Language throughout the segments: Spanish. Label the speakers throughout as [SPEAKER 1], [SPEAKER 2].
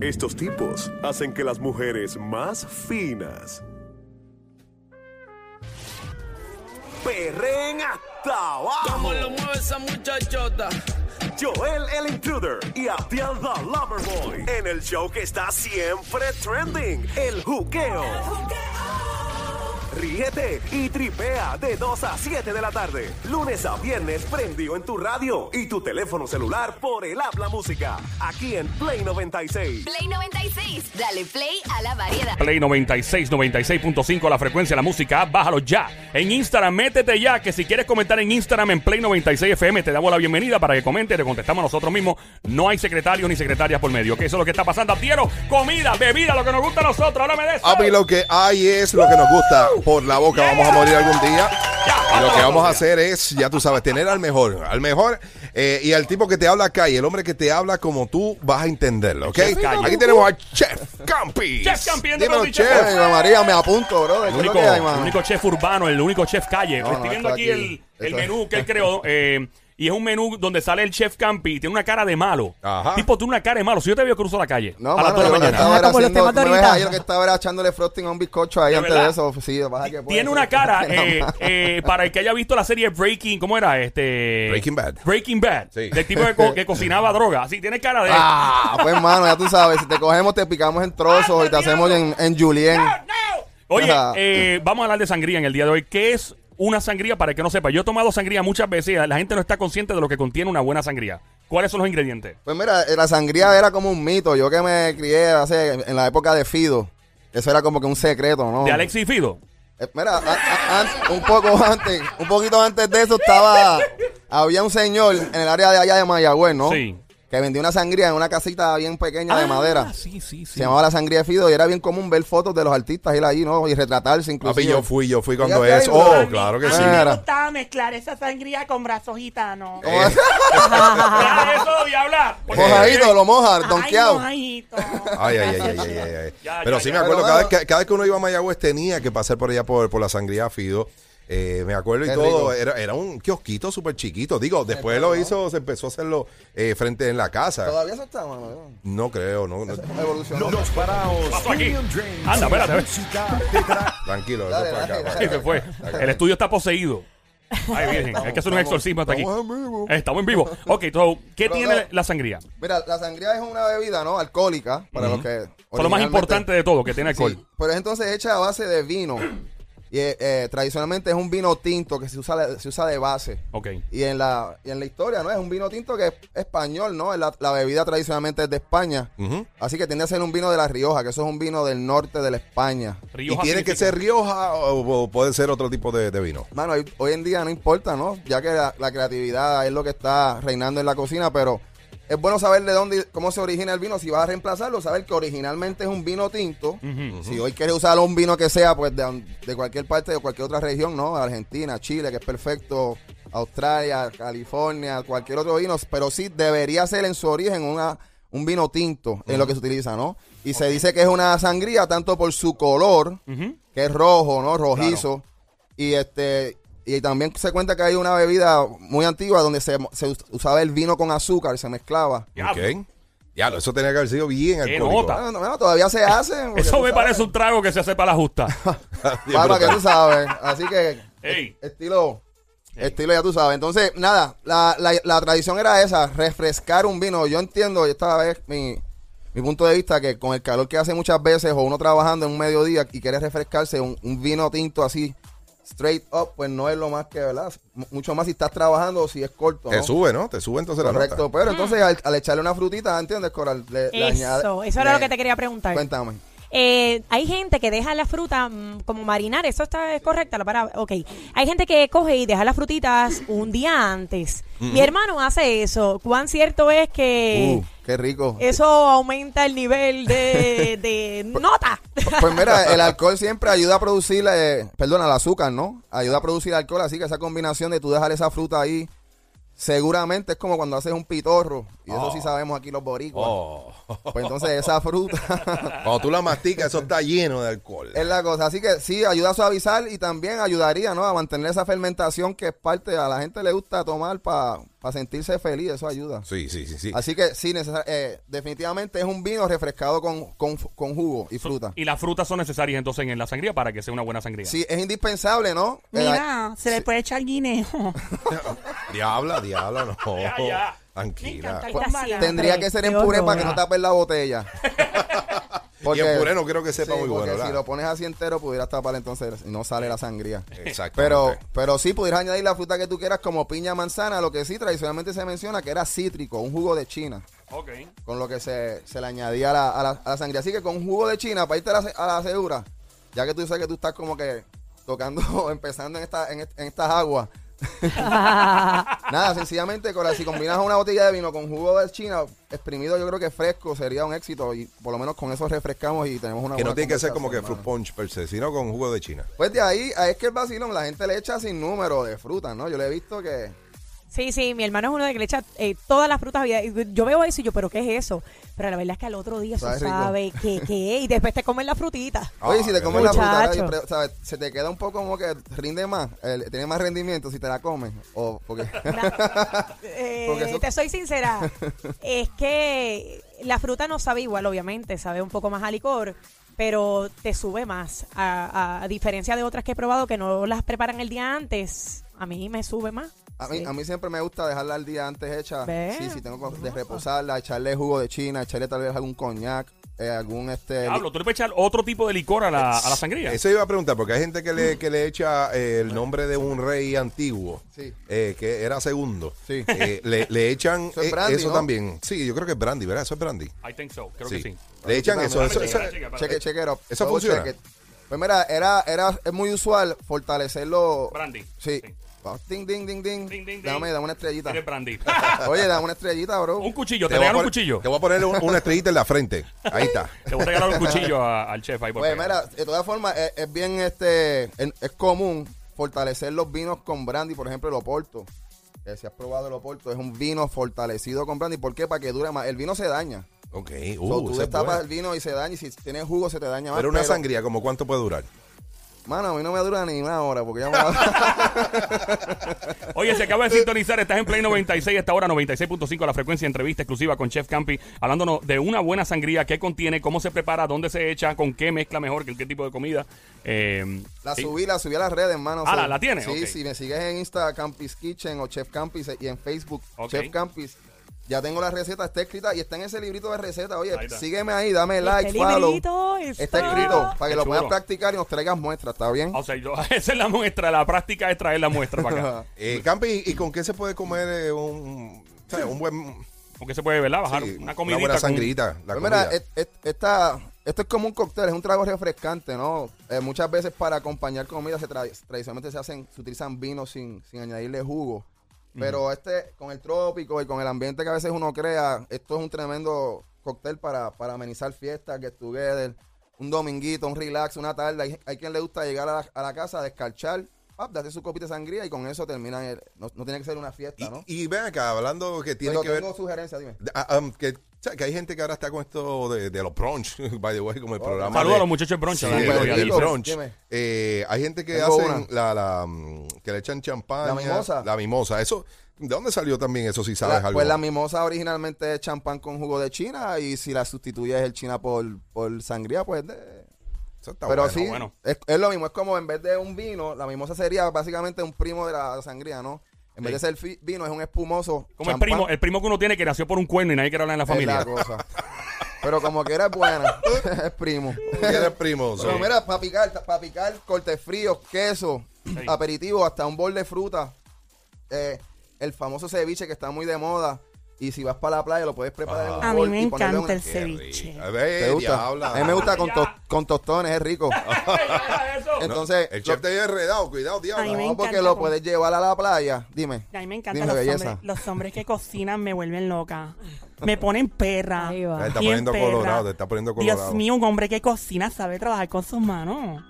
[SPEAKER 1] Estos tipos hacen que las mujeres más finas perren hasta abajo.
[SPEAKER 2] ¿Cómo lo mueve esa muchachota?
[SPEAKER 1] Joel el Intruder y Abdiel the Loverboy en el show que está siempre trending, el juqueo. Ríete y tripea de 2 a 7 de la tarde, lunes a viernes prendido en tu radio y tu teléfono celular por el habla música, aquí en Play 96.
[SPEAKER 3] Play 96. Dale play a la variedad.
[SPEAKER 4] Play 96, 96.5 la frecuencia, la música, bájalo ya. En Instagram, métete ya, que si quieres comentar en Instagram en Play 96 FM, te damos la bienvenida para que comente, te contestamos nosotros mismos. No hay secretarios ni secretarias por medio, que eso es lo que está pasando. Quiero comida, bebida, lo que nos gusta a nosotros, háblame de eso.
[SPEAKER 5] Papi, lo que hay es lo que nos gusta. Por la boca vamos a morir algún día. Y lo que vamos a hacer es, ya tú sabes, tener al mejor. Al mejor eh, y al tipo que te habla acá y el hombre que te habla como tú vas a entenderlo, ¿ok?
[SPEAKER 4] Chef Calle.
[SPEAKER 5] Aquí tenemos a Chef Campi.
[SPEAKER 4] Chef Campi, entre
[SPEAKER 5] Dímelo,
[SPEAKER 4] los
[SPEAKER 5] Chef.
[SPEAKER 4] dichos.
[SPEAKER 6] Ave María, me apunto, bro.
[SPEAKER 4] El único, el único chef urbano, el único chef calle.
[SPEAKER 6] no,
[SPEAKER 4] Estoy viendo
[SPEAKER 6] está
[SPEAKER 4] aquí, el,
[SPEAKER 6] aquí.
[SPEAKER 4] el
[SPEAKER 6] Está-
[SPEAKER 4] menú que él creó. eh, y es un menú donde sale el chef Campi y tiene una cara de malo.
[SPEAKER 5] Ajá.
[SPEAKER 4] Tipo, tiene una cara de malo. Si yo te veo cruzo la calle a las dos de la
[SPEAKER 6] yo lo que
[SPEAKER 4] mañana.
[SPEAKER 6] estaba
[SPEAKER 7] Ajá,
[SPEAKER 6] era
[SPEAKER 7] como los
[SPEAKER 6] haciendo,
[SPEAKER 7] temas de
[SPEAKER 6] tú me ves
[SPEAKER 7] ahorita.
[SPEAKER 6] ahí, lo que estaba era echándole frosting a un bizcocho ahí
[SPEAKER 4] ¿De
[SPEAKER 6] antes
[SPEAKER 4] verdad?
[SPEAKER 6] de eso. Sí, lo que pasa es que puede
[SPEAKER 4] Tiene
[SPEAKER 6] ser.
[SPEAKER 4] una cara, eh,
[SPEAKER 6] No,
[SPEAKER 4] eh, para el que haya visto la serie Breaking, ¿cómo era? Este,
[SPEAKER 5] Breaking Bad.
[SPEAKER 4] Breaking Bad.
[SPEAKER 5] Sí.
[SPEAKER 4] Del tipo que, co- que cocinaba droga. Así, tiene cara de...
[SPEAKER 6] Ah, pues hermano, ya tú sabes, si te cogemos te picamos en trozos y te hacemos en, en Julien.
[SPEAKER 4] Oye,
[SPEAKER 6] Ajá.
[SPEAKER 4] eh, vamos a hablar de sangría en el día de hoy. ¿Qué es una sangría? Para el que no sepa, yo he tomado sangría muchas veces y la gente no está consciente de lo que contiene una buena sangría. ¿Cuáles son los ingredientes?
[SPEAKER 6] Pues mira, eh, la sangría era como un mito. Yo que me crié hace, en la época de Fido, eso era como que un secreto, ¿no?
[SPEAKER 4] De Alexis y Fido.
[SPEAKER 6] Eh, Mira, a- a- an- un poco antes, un poquito antes de eso estaba, había un señor en el área de allá de Mayagüez, ¿no?
[SPEAKER 4] Sí.
[SPEAKER 6] Que vendía una sangría en una casita bien pequeña de
[SPEAKER 4] Ah,
[SPEAKER 6] madera.
[SPEAKER 4] Sí, sí, sí.
[SPEAKER 6] Se llamaba la sangría de Fido y era bien común ver fotos de los artistas ir ahí, ¿no? Y retratarse inclusive.
[SPEAKER 5] Papi, yo fui, yo fui cuando
[SPEAKER 6] Ya
[SPEAKER 5] es.
[SPEAKER 6] está ahí,
[SPEAKER 5] Oh,
[SPEAKER 6] bro.
[SPEAKER 5] claro que
[SPEAKER 8] a
[SPEAKER 5] sí.
[SPEAKER 8] mí me
[SPEAKER 6] Mira.
[SPEAKER 8] gustaba mezclar esa sangría con brazos gitanos.
[SPEAKER 6] ¿Cómo es?
[SPEAKER 4] Ya, eso, diabla. Porque-
[SPEAKER 6] Mojadito, lo moja,
[SPEAKER 8] Ay,
[SPEAKER 6] donkeado.
[SPEAKER 8] mojadito.
[SPEAKER 5] Ay, ay, ay, ay, ay, ay, ay.
[SPEAKER 4] Ya,
[SPEAKER 5] Pero
[SPEAKER 4] ya,
[SPEAKER 5] sí
[SPEAKER 4] ya.
[SPEAKER 5] me acuerdo,
[SPEAKER 6] Pero
[SPEAKER 5] cada, vez
[SPEAKER 6] bueno.
[SPEAKER 5] que, cada vez que uno iba a Mayagüez tenía que pasar por allá por, por la sangría Fido. Eh, me acuerdo y
[SPEAKER 6] Qué
[SPEAKER 5] todo,
[SPEAKER 6] rico.
[SPEAKER 5] era, era un kiosquito súper chiquito. Digo, después lo hizo, se empezó a hacerlo eh, frente en la casa.
[SPEAKER 6] Todavía eso está, mano.
[SPEAKER 5] No creo, no, no,
[SPEAKER 6] Evolucionó.
[SPEAKER 9] Los paraos.
[SPEAKER 4] Pasó aquí.
[SPEAKER 9] Union Drains.
[SPEAKER 4] Anda, espérate, a ver.
[SPEAKER 9] Música te trae-
[SPEAKER 5] tranquilo. eso
[SPEAKER 6] Dale,
[SPEAKER 5] fue acá,
[SPEAKER 6] dale,
[SPEAKER 5] para
[SPEAKER 4] Sí,
[SPEAKER 5] acá.
[SPEAKER 4] se fue. El estudio está poseído. Ay, virgen. Hay que hacer un exorcismo hasta aquí.
[SPEAKER 6] estamos en vivo.
[SPEAKER 4] Eh, Estamos en vivo. Ok, so, ¿qué
[SPEAKER 6] Pero
[SPEAKER 4] tiene
[SPEAKER 6] no.
[SPEAKER 4] la sangría?
[SPEAKER 6] Mira, la sangría es una bebida, ¿no? Alcohólica, para los que...
[SPEAKER 4] Fue lo más
[SPEAKER 6] originalmente-
[SPEAKER 4] importante de todo, que tiene
[SPEAKER 6] Sí,
[SPEAKER 4] alcohol.
[SPEAKER 6] pero es entonces hecha a base de vino. Y eh, eh, tradicionalmente es un vino tinto que se usa, de- se usa de base.
[SPEAKER 4] Ok.
[SPEAKER 6] Y en la, y en la historia, ¿no? Es un vino tinto que es español, ¿no? Es La, la bebida tradicionalmente es de España.
[SPEAKER 5] Ujú.
[SPEAKER 6] Así que tiende a ser un vino de La Rioja, que eso es un vino del norte de la España.
[SPEAKER 5] Y
[SPEAKER 4] Rioja
[SPEAKER 5] tiene que
[SPEAKER 4] significa-
[SPEAKER 5] ser Rioja o, o puede ser otro tipo de, de vino.
[SPEAKER 6] Mano, hoy, hoy en día no importa, ¿no? Ya que la, la creatividad es lo que está reinando en la cocina, pero es bueno saber de dónde, cómo se origina el vino. Si vas a reemplazarlo, saber que originalmente es un vino tinto. Si hoy quieres usar un vino que sea, pues de, de cualquier parte, de cualquier otra región, ¿no? Argentina, Chile, que es perfecto, Australia, California, cualquier otro vino, pero sí debería ser en su origen una, un vino tinto, en lo que se utiliza, ¿no? Y se dice que es una sangría tanto por su color, que es rojo, ¿no? Rojizo. Y este y también se cuenta que hay una bebida muy antigua donde se, se us- usaba el vino con azúcar, se mezclaba.
[SPEAKER 4] Ya.
[SPEAKER 5] Ok. Diablo, eso tenía que haber sido bien
[SPEAKER 4] Qué
[SPEAKER 5] alcohólico.
[SPEAKER 4] nota.
[SPEAKER 6] Bueno, no, no, todavía se hace. porque
[SPEAKER 4] Eso
[SPEAKER 6] tú
[SPEAKER 4] me
[SPEAKER 6] sabes.
[SPEAKER 4] parece un trago que se hace para la justa.
[SPEAKER 6] Para que tú sabes. Así que
[SPEAKER 4] Ey.
[SPEAKER 6] estilo, estilo ya tú sabes. Entonces, nada, la, la- la tradición era esa, refrescar un vino. Yo entiendo, y esta vez mi, mi punto de vista, que con el calor que hace muchas veces, o uno trabajando en un mediodía y quiere refrescarse, un, un vino tinto así, straight up, pues no es lo más que, ¿verdad? M- Mucho más si estás trabajando o si es corto,
[SPEAKER 5] Te
[SPEAKER 6] ¿no?
[SPEAKER 5] sube, ¿no? Te sube entonces la
[SPEAKER 6] Correcto,
[SPEAKER 5] nota.
[SPEAKER 6] pero entonces al, al echarle una frutita, ¿entiendes, Coral? Le, le añade-
[SPEAKER 7] Mm. Eso, eso era
[SPEAKER 6] le-
[SPEAKER 7] lo que te quería preguntar.
[SPEAKER 6] Cuéntame.
[SPEAKER 7] Eh, hay gente que deja la fruta mm, como marinar, eso está es correcta la palabra. Ok. Hay gente que coge y deja las frutitas un día antes. Mi hermano hace eso. ¿Cuán cierto es que
[SPEAKER 6] Uh, qué rico.
[SPEAKER 7] eso aumenta el nivel de, de nota?
[SPEAKER 6] Pues mira, el alcohol siempre ayuda a producir, eh, perdona, el azúcar, ¿no? Ayuda a producir alcohol, así que esa combinación de tú dejar esa fruta ahí Seguramente es como cuando haces un pitorro, y eso sí sabemos aquí los boricuas.
[SPEAKER 5] Oh.
[SPEAKER 6] Pues entonces esa fruta
[SPEAKER 5] Cuando tú la masticas, eso está lleno de alcohol.
[SPEAKER 6] es la cosa. Así que sí, ayuda a suavizar y también ayudaría ¿no? a mantener esa fermentación que es parte, a la gente le gusta tomar para sentirse feliz, eso ayuda.
[SPEAKER 5] Sí, sí, sí, sí.
[SPEAKER 6] Así que sí, necesar- eh, definitivamente es un vino refrescado con, con, con jugo y fruta.
[SPEAKER 4] Y las frutas son necesarias entonces en la sangría para que sea una buena sangría.
[SPEAKER 6] Sí, es indispensable, ¿no? Eh,
[SPEAKER 8] Mira, se le puede echar guineo.
[SPEAKER 5] Diabla, diabla, no.
[SPEAKER 4] Ya, ya.
[SPEAKER 8] Me
[SPEAKER 5] Tranquila.
[SPEAKER 8] encanta el
[SPEAKER 7] Pues,
[SPEAKER 8] guambalá.
[SPEAKER 6] Tendría que ser en puré para que no tapen la botella.
[SPEAKER 5] Y en puré no creo que sepa
[SPEAKER 6] Sí,
[SPEAKER 5] muy bueno,
[SPEAKER 6] porque
[SPEAKER 5] ¿verdad?
[SPEAKER 6] si lo pones así entero, pudieras tapar entonces y no sale la sangría.
[SPEAKER 5] Exactamente.
[SPEAKER 6] Pero, pero sí, pudieras añadir la fruta que tú quieras como piña, manzana, lo que sí tradicionalmente se menciona que era cítrico, un jugo de China,
[SPEAKER 4] Ok.
[SPEAKER 6] con lo que se, se le añadía a la, a la- a la sangría. Así que con un jugo de China, para irte a la, se- a la segura, ya que tú sabes que tú estás como que tocando, empezando en, esta, en, est- en estas aguas. Nada, sencillamente, con la- si combinas una botella de vino con jugo de China, exprimido yo creo que fresco sería un éxito y por lo menos con eso refrescamos y tenemos una
[SPEAKER 5] Que no
[SPEAKER 6] buena
[SPEAKER 5] tiene que ser como que
[SPEAKER 6] conversación,
[SPEAKER 5] fruit
[SPEAKER 6] mano.
[SPEAKER 5] punch per se, sino con jugo de China.
[SPEAKER 6] Pues de ahí, ahí es que el vacilón, la gente le echa sin número de frutas, ¿no? Yo le he visto que...
[SPEAKER 7] Sí, sí, mi hermano es uno de que le echa eh, todas las frutas. había- y Yo veo eso y yo, ¿pero qué es eso? Pero la verdad es que al otro día
[SPEAKER 6] Sabe
[SPEAKER 7] se
[SPEAKER 6] rico.
[SPEAKER 7] sabe qué, qué, y después te comen la frutita.
[SPEAKER 6] Oye,
[SPEAKER 5] Ah,
[SPEAKER 6] si te
[SPEAKER 5] qué
[SPEAKER 6] comes la
[SPEAKER 7] rico.
[SPEAKER 6] fruta,
[SPEAKER 7] Muchacho.
[SPEAKER 6] ¿verdad? Y pre- ¿sabes? se te queda un poco como que rinde más, eh, tiene más rendimiento si te la comes. O porque...
[SPEAKER 7] Eh,
[SPEAKER 6] Porque eso-
[SPEAKER 7] Te soy sincera, es que la fruta no sabe igual, obviamente, sabe un poco más a licor, pero te sube más. A, a- a diferencia de otras que he probado que no las preparan el día antes, a mí me sube más.
[SPEAKER 6] A mí,
[SPEAKER 7] Sí.
[SPEAKER 6] a mí siempre me gusta dejarla al día antes hecha.
[SPEAKER 7] Ve.
[SPEAKER 6] Sí, sí, tengo que de reposarla, echarle jugo de china, echarle tal vez algún coñac, eh, algún este...
[SPEAKER 4] Diablo, tú le puedes echar otro tipo de licor a la, a la sangría.
[SPEAKER 5] Eso iba a preguntar, porque hay gente que
[SPEAKER 6] Mm.
[SPEAKER 5] le, que le echa eh, el nombre de un rey antiguo,
[SPEAKER 6] Sí.
[SPEAKER 5] eh, que era segundo.
[SPEAKER 6] Sí.
[SPEAKER 5] Eh, le, le echan
[SPEAKER 6] Eso es
[SPEAKER 5] eh,
[SPEAKER 6] brandy,
[SPEAKER 5] eso
[SPEAKER 6] ¿no?
[SPEAKER 5] también. Sí, yo creo que es brandy, ¿verdad? Eso es brandy.
[SPEAKER 4] I think so, creo que sí.
[SPEAKER 5] Le echan
[SPEAKER 6] Dame,
[SPEAKER 5] eso.
[SPEAKER 6] dame,
[SPEAKER 5] eso-
[SPEAKER 6] checa,
[SPEAKER 5] eso-
[SPEAKER 4] checa,
[SPEAKER 6] Cheque, chequero.
[SPEAKER 5] ¿Eso
[SPEAKER 6] Double
[SPEAKER 5] funciona?
[SPEAKER 6] check it. Pues mira, era, era, es muy usual fortalecerlo.
[SPEAKER 4] Brandy.
[SPEAKER 6] Sí.
[SPEAKER 4] Sí.
[SPEAKER 6] Ah, Ding, ding, ding, ding.
[SPEAKER 4] Ding, ding,
[SPEAKER 6] Dame,
[SPEAKER 4] ding.
[SPEAKER 6] dame una estrellita.
[SPEAKER 4] Eres brandy.
[SPEAKER 6] Oye, dame una estrellita, bro.
[SPEAKER 4] un cuchillo, te,
[SPEAKER 5] voy a
[SPEAKER 4] regalo un
[SPEAKER 5] poner-
[SPEAKER 4] cuchillo.
[SPEAKER 5] Te voy a poner un- una estrellita en la frente. Ahí está.
[SPEAKER 4] Te voy a regalar un cuchillo a- al chef ahí por
[SPEAKER 6] Pues
[SPEAKER 4] pegar.
[SPEAKER 6] mira, de todas formas, es, es bien este. en- Es, común fortalecer los vinos con brandy, por ejemplo, el Oporto. Que si has probado el Oporto, es un vino fortalecido con brandy. ¿Por qué? Para que dure más. El vino se daña.
[SPEAKER 5] Ok.
[SPEAKER 6] O
[SPEAKER 5] Uh, esa
[SPEAKER 6] tú
[SPEAKER 5] es
[SPEAKER 6] destapas
[SPEAKER 5] buena.
[SPEAKER 6] el vino y se daña. Y si tienes jugo, se te daña más.
[SPEAKER 5] Pero una sangría, ¿como cuánto puede durar?
[SPEAKER 6] Mano, a mí no me dura ni una hora porque ya me la-
[SPEAKER 4] Oye, se acaba de sintonizar, estás en Play 96, esta hora 96.5, la frecuencia entrevista exclusiva con Chef Campi, hablándonos de una buena sangría, qué contiene, cómo se prepara, dónde se echa, con qué mezcla mejor, qué, qué tipo de comida. Eh,
[SPEAKER 6] La
[SPEAKER 4] sí.
[SPEAKER 6] subí, la subí a las redes, hermano.
[SPEAKER 4] Ah, ¿la- la tienes?
[SPEAKER 6] Sí,
[SPEAKER 4] Ok.
[SPEAKER 6] si me sigues en Insta, Campis Kitchen o Chef Campis eh, y en Facebook,
[SPEAKER 4] Ok.
[SPEAKER 6] Chef Campis. Ya tengo la receta, está escrita y está en ese librito de recetas. Oye,
[SPEAKER 4] Ahí está.
[SPEAKER 6] sígueme ahí, dame
[SPEAKER 7] Este
[SPEAKER 6] like, follow.
[SPEAKER 7] librito
[SPEAKER 6] está,
[SPEAKER 7] está-
[SPEAKER 6] escrito para que
[SPEAKER 4] Qué
[SPEAKER 6] lo puedas
[SPEAKER 4] chulo.
[SPEAKER 6] practicar y nos traigas muestras, ¿está bien?
[SPEAKER 4] O sea, yo- esa es la muestra, la práctica es traer la muestra para acá.
[SPEAKER 5] Eh, Campi, ¿y con qué se puede comer eh, un, sabes, un buen...
[SPEAKER 4] Porque se puede, ¿verdad? Bajar
[SPEAKER 5] sí,
[SPEAKER 4] una comidita.
[SPEAKER 5] buena
[SPEAKER 4] con-
[SPEAKER 5] sangrita. la
[SPEAKER 6] Pues mira,
[SPEAKER 5] comida.
[SPEAKER 6] et- et- esta, esto es como un cóctel, es un trago refrescante, ¿no? Eh, muchas veces para acompañar comida se tra- tradicionalmente se hacen, se utilizan vinos sin, sin añadirle jugo. Pero este, con el trópico y con el ambiente que a veces uno crea, esto es un tremendo cóctel para, para amenizar fiestas, get together, un dominguito, un relax, una tarde. Hay, hay quien le gusta llegar a la, a la casa, descarchar, pap, darse su copita de sangría y con eso terminan. el- no, no tiene que ser una
[SPEAKER 5] y,
[SPEAKER 6] fiesta, ¿no?
[SPEAKER 5] y ven acá, hablando que tiene
[SPEAKER 6] Pero
[SPEAKER 5] que ver...
[SPEAKER 6] tengo sugerencias, dime.
[SPEAKER 5] Ah, um, que, o sea, que hay gente que ahora está con esto de, de los brunch, by the way, como el programa.
[SPEAKER 4] Saludos
[SPEAKER 5] de-
[SPEAKER 4] a los muchachos de brunch.
[SPEAKER 5] Sí,
[SPEAKER 4] ¿verdad?
[SPEAKER 5] de-
[SPEAKER 6] Súper
[SPEAKER 5] del
[SPEAKER 6] rico.
[SPEAKER 5] brunch.
[SPEAKER 6] Oh, Dime.
[SPEAKER 5] Eh, hay gente que
[SPEAKER 6] Tengo
[SPEAKER 5] hacen la, la, mm, que le echan champán.
[SPEAKER 6] La mimosa.
[SPEAKER 5] La mimosa. Eso, ¿de dónde salió también eso si sabes
[SPEAKER 6] La-
[SPEAKER 5] algo?
[SPEAKER 6] pues la mimosa originalmente es champán con jugo de China y si la sustituyes el China por, por sangría, pues... de-
[SPEAKER 5] Eso está
[SPEAKER 6] pero
[SPEAKER 5] bueno.
[SPEAKER 6] sí,
[SPEAKER 4] bueno.
[SPEAKER 6] Es, es lo mismo, es como en vez de un vino, la mimosa sería básicamente un primo de la sangría, ¿no? En vez de ser fi- vino, es un espumoso.
[SPEAKER 4] Como el
[SPEAKER 6] champán.
[SPEAKER 4] primo, el primo que uno tiene que nació por un cuerno y nadie quiere hablar en la
[SPEAKER 6] Es la
[SPEAKER 4] familia.
[SPEAKER 6] cosa. Pero como que era buena, es primo.
[SPEAKER 5] Eres primo.
[SPEAKER 6] Pero
[SPEAKER 5] sí.
[SPEAKER 6] mira, para picar, para picar cortes fríos, queso, aperitivo, hasta un bol de fruta. eh, el famoso ceviche que está muy de moda. Y si vas para la playa lo puedes preparar en un
[SPEAKER 8] A mí
[SPEAKER 6] bol
[SPEAKER 8] me
[SPEAKER 6] y ponerle
[SPEAKER 8] encanta
[SPEAKER 6] una-
[SPEAKER 8] el
[SPEAKER 5] Qué
[SPEAKER 8] ceviche.
[SPEAKER 5] rico. A ver,
[SPEAKER 6] ¿Te gusta?
[SPEAKER 5] diabla.
[SPEAKER 6] A mí me gusta con, to- con tostones, es rico. Entonces,
[SPEAKER 5] El chef te lleva enredado, cuidado, diablo.
[SPEAKER 6] lo-
[SPEAKER 8] Ay, me
[SPEAKER 6] no, porque
[SPEAKER 8] encanta
[SPEAKER 6] lo
[SPEAKER 8] con-
[SPEAKER 6] puedes llevar a la playa. Dime.
[SPEAKER 8] A mí me encantan
[SPEAKER 6] Dime,
[SPEAKER 8] los
[SPEAKER 6] belleza.
[SPEAKER 8] hombres, los hombres que cocinan me vuelven loca. Me ponen perra.
[SPEAKER 7] Ahí va.
[SPEAKER 5] Te está
[SPEAKER 8] Bien
[SPEAKER 5] poniendo
[SPEAKER 8] perra.
[SPEAKER 5] colorado, te está poniendo colorado.
[SPEAKER 8] Dios mío, un hombre que cocina sabe trabajar con sus manos.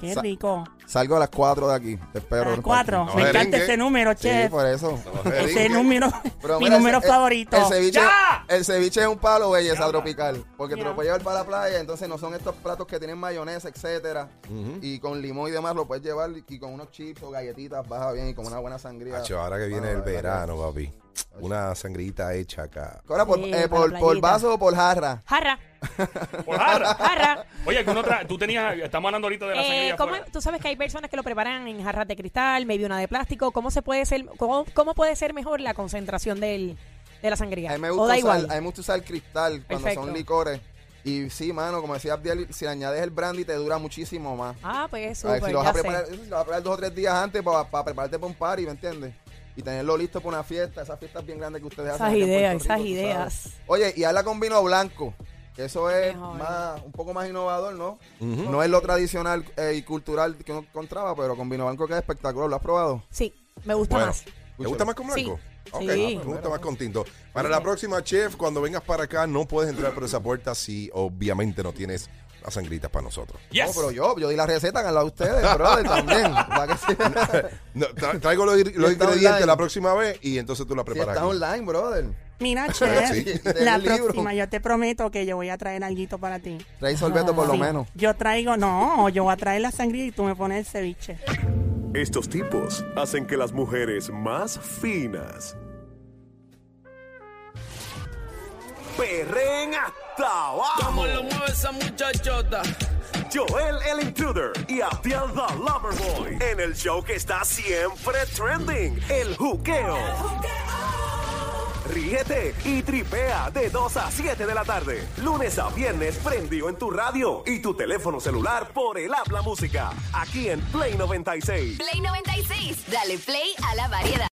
[SPEAKER 8] Qué
[SPEAKER 6] Sa-
[SPEAKER 8] rico.
[SPEAKER 6] Salgo a las 4 de aquí. Te espero.
[SPEAKER 8] A las
[SPEAKER 6] Rafael.
[SPEAKER 8] cuatro.
[SPEAKER 5] No
[SPEAKER 8] Me encanta
[SPEAKER 5] merengue.
[SPEAKER 8] ese número,
[SPEAKER 6] Sí,
[SPEAKER 8] chef.
[SPEAKER 6] por eso.
[SPEAKER 8] Ese número,
[SPEAKER 6] Pero
[SPEAKER 8] mi
[SPEAKER 6] mira,
[SPEAKER 8] número
[SPEAKER 6] ese-
[SPEAKER 8] favorito.
[SPEAKER 6] El ceviche,
[SPEAKER 4] ¡Ya!
[SPEAKER 6] el ceviche es un palo belleza tropical. Porque te
[SPEAKER 8] Ya.
[SPEAKER 6] lo puedes llevar para la playa. Entonces no son estos platos que tienen mayonesa, etcétera. Y con limón y demás lo puedes llevar. Y con unos chips o galletitas baja bien. Y con una buena sangría.
[SPEAKER 5] Acho, ahora que viene
[SPEAKER 6] Ah,
[SPEAKER 5] el
[SPEAKER 6] de verdad.
[SPEAKER 5] verano, papi. Una sangrita hecha acá.
[SPEAKER 6] Ahora por,
[SPEAKER 7] Sí,
[SPEAKER 6] eh,
[SPEAKER 7] para
[SPEAKER 6] por-
[SPEAKER 7] la
[SPEAKER 6] por
[SPEAKER 7] playita.
[SPEAKER 6] vaso o por jarra.
[SPEAKER 7] Jarra,
[SPEAKER 4] Por jarra.
[SPEAKER 7] jarra.
[SPEAKER 4] Oye, ¿alguna otra? Tú tenías, estamos hablando ahorita de la
[SPEAKER 7] Eh,
[SPEAKER 4] sangría
[SPEAKER 7] ¿cómo-
[SPEAKER 4] afuera.
[SPEAKER 7] tú sabes que hay personas que lo preparan en jarras de cristal, maybe una de plástico. ¿Cómo se puede ser, cómo, cómo puede ser mejor la concentración del, de la sangría?
[SPEAKER 6] A mí me
[SPEAKER 7] o da
[SPEAKER 6] gusta,
[SPEAKER 7] igual.
[SPEAKER 6] usar, a mí me gusta usar cristal cuando
[SPEAKER 7] Perfecto.
[SPEAKER 6] son licores. Y sí, mano, como decía Abdiel, si le añades el brandy te dura muchísimo más.
[SPEAKER 7] Ah, pues
[SPEAKER 6] A ver,
[SPEAKER 7] súper,
[SPEAKER 6] si lo vas
[SPEAKER 7] ya
[SPEAKER 6] a preparar,
[SPEAKER 7] sé.
[SPEAKER 6] eso sí lo vas a preparar dos o tres días antes para, prepararte para un party, ¿me entiendes? Y tenerlo listo para una fiesta, esas fiestas bien grandes que ustedes
[SPEAKER 7] Esas
[SPEAKER 6] hacen. aquí en
[SPEAKER 7] ideas,
[SPEAKER 6] Puerto
[SPEAKER 7] esas
[SPEAKER 6] tú
[SPEAKER 7] ideas.
[SPEAKER 6] sabes. Oye, y habla con vino blanco. que Eso es
[SPEAKER 7] Mejor.
[SPEAKER 6] más, un poco más innovador, ¿no? No es lo tradicional eh, y cultural que uno encontraba, pero con vino blanco queda espectacular. ¿Lo has probado?
[SPEAKER 7] Sí, me gusta
[SPEAKER 5] Bueno,
[SPEAKER 7] más.
[SPEAKER 5] ¿Te gusta más con blanco?
[SPEAKER 7] Sí.
[SPEAKER 5] Ok,
[SPEAKER 7] Sí.
[SPEAKER 5] ah, me gusta más con tinto. Para la próxima, chef, cuando vengas para acá, no puedes entrar por esa puerta si obviamente no tienes las sangritas para nosotros.
[SPEAKER 4] Yes.
[SPEAKER 6] No, pero yo, yo di la receta, que la de ustedes, brother, también. ¿Para qué se-
[SPEAKER 5] No, tra- traigo los, los
[SPEAKER 6] Está
[SPEAKER 5] ingredientes
[SPEAKER 6] online.
[SPEAKER 5] la próxima vez y entonces tú la
[SPEAKER 6] Si
[SPEAKER 5] preparas.
[SPEAKER 6] está
[SPEAKER 5] aquí.
[SPEAKER 6] online, brother.
[SPEAKER 8] Mira, chef,
[SPEAKER 5] Sí.
[SPEAKER 8] la
[SPEAKER 6] Del libro.
[SPEAKER 8] próxima yo te prometo que yo voy a traer alguito para ti.
[SPEAKER 6] Trae sorbeto por lo
[SPEAKER 7] Ah.
[SPEAKER 8] Sí,
[SPEAKER 6] menos.
[SPEAKER 8] Yo traigo, no, yo voy a traer la sangría y tú me pones el ceviche.
[SPEAKER 1] Estos tipos hacen que las mujeres más finas perren hasta abajo.
[SPEAKER 2] ¿Cómo lo mueve esa muchachota?
[SPEAKER 1] Joel el Intruder y Abdiel the Loverboy en el show que está siempre trending, el juqueo. Ríete y tripea de 2 a 7 de la tarde, lunes a viernes prendido en tu radio y tu teléfono celular por el habla música, aquí en Play 96.
[SPEAKER 3] Play 96. Dale play a la variedad.